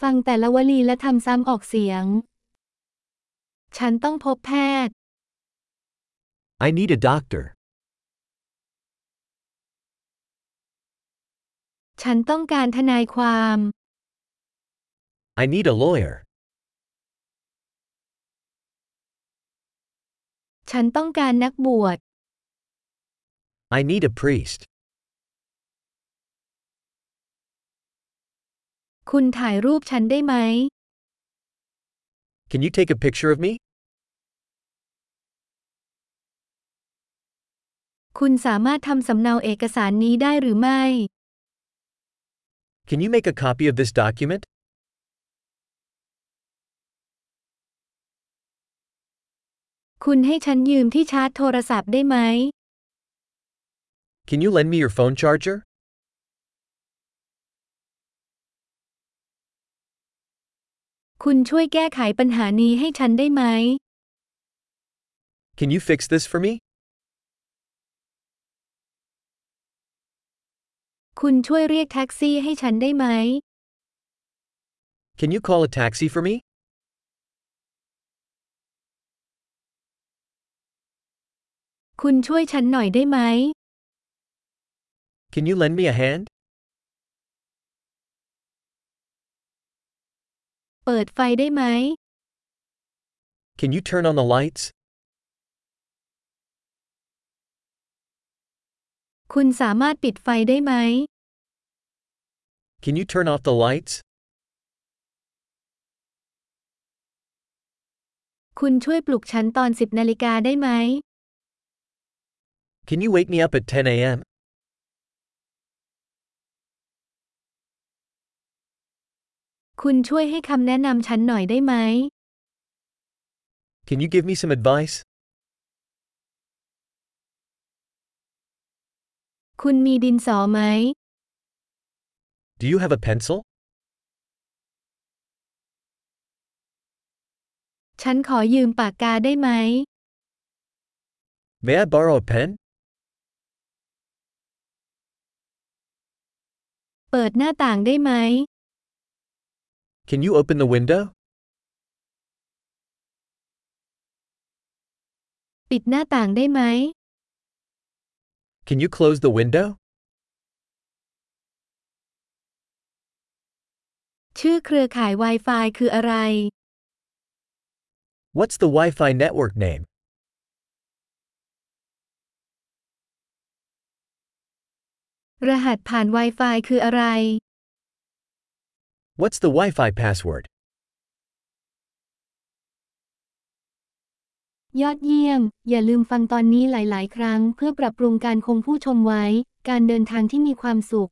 ฟังแต่ละวลีและทำซ้ำออกเสียง ฉันต้องพบแพทย์ I need a doctor. ฉันต้องการทนายความ I need a lawyer. ฉันต้องการนักบวช I need a priest. คุณถ่ายรูปฉันได้ไหม Can you take a picture of me? คุณสามารถทำสำเนาเอกสารนี้ได้หรือไม่ Can you make a copy of this document? คุณให้ฉันยืมที่ชาร์จโทรศัพท์ได้ไหม Can you lend me your phone charger? คุณช่วยแก้ไขปัญหานี้ให้ฉันได้ไหม Can you fix this for me? คุณช่วยเรียกแท็กซี่ให้ฉันได้ไหม Can you call a taxi for me? คุณช่วยฉันหน่อยได้ไหม Can you lend me a hand? เปิดไฟได้ไหม Can you turn on the lights? คุณสามารถปิดไฟได้ไหม Can you turn off the lights? คุณช่วยปลุกฉันตอนสิบนาฬิกาได้ไหม Can you wake me up at 10 a.m.? คุณช่วยให้คำแนะนำฉันหน่อยได้ไหม Can you give me some advice? คุณมีดินสอไหม Do you have a pencil? ฉันขอยืมปากกาได้ไหม May I borrow a pen? เปิดหน้าต่างได้ไหม Can you open the window? ปิดหน้าต่างได้ไหม Can you close the window? ชื่อเครือข่าย Wi-Fi คืออะไร What's the Wi Fi network name? รหัสผ่าน Wi-Fi คืออะไร What's the Wi Fi password? ยอดเยี่ยม อย่าลืมฟังตอนนี้หลาย ๆ ครั้ง เพื่อปรับปรุงการคงผู้ชมไว้ การเดินทางที่มีความสุข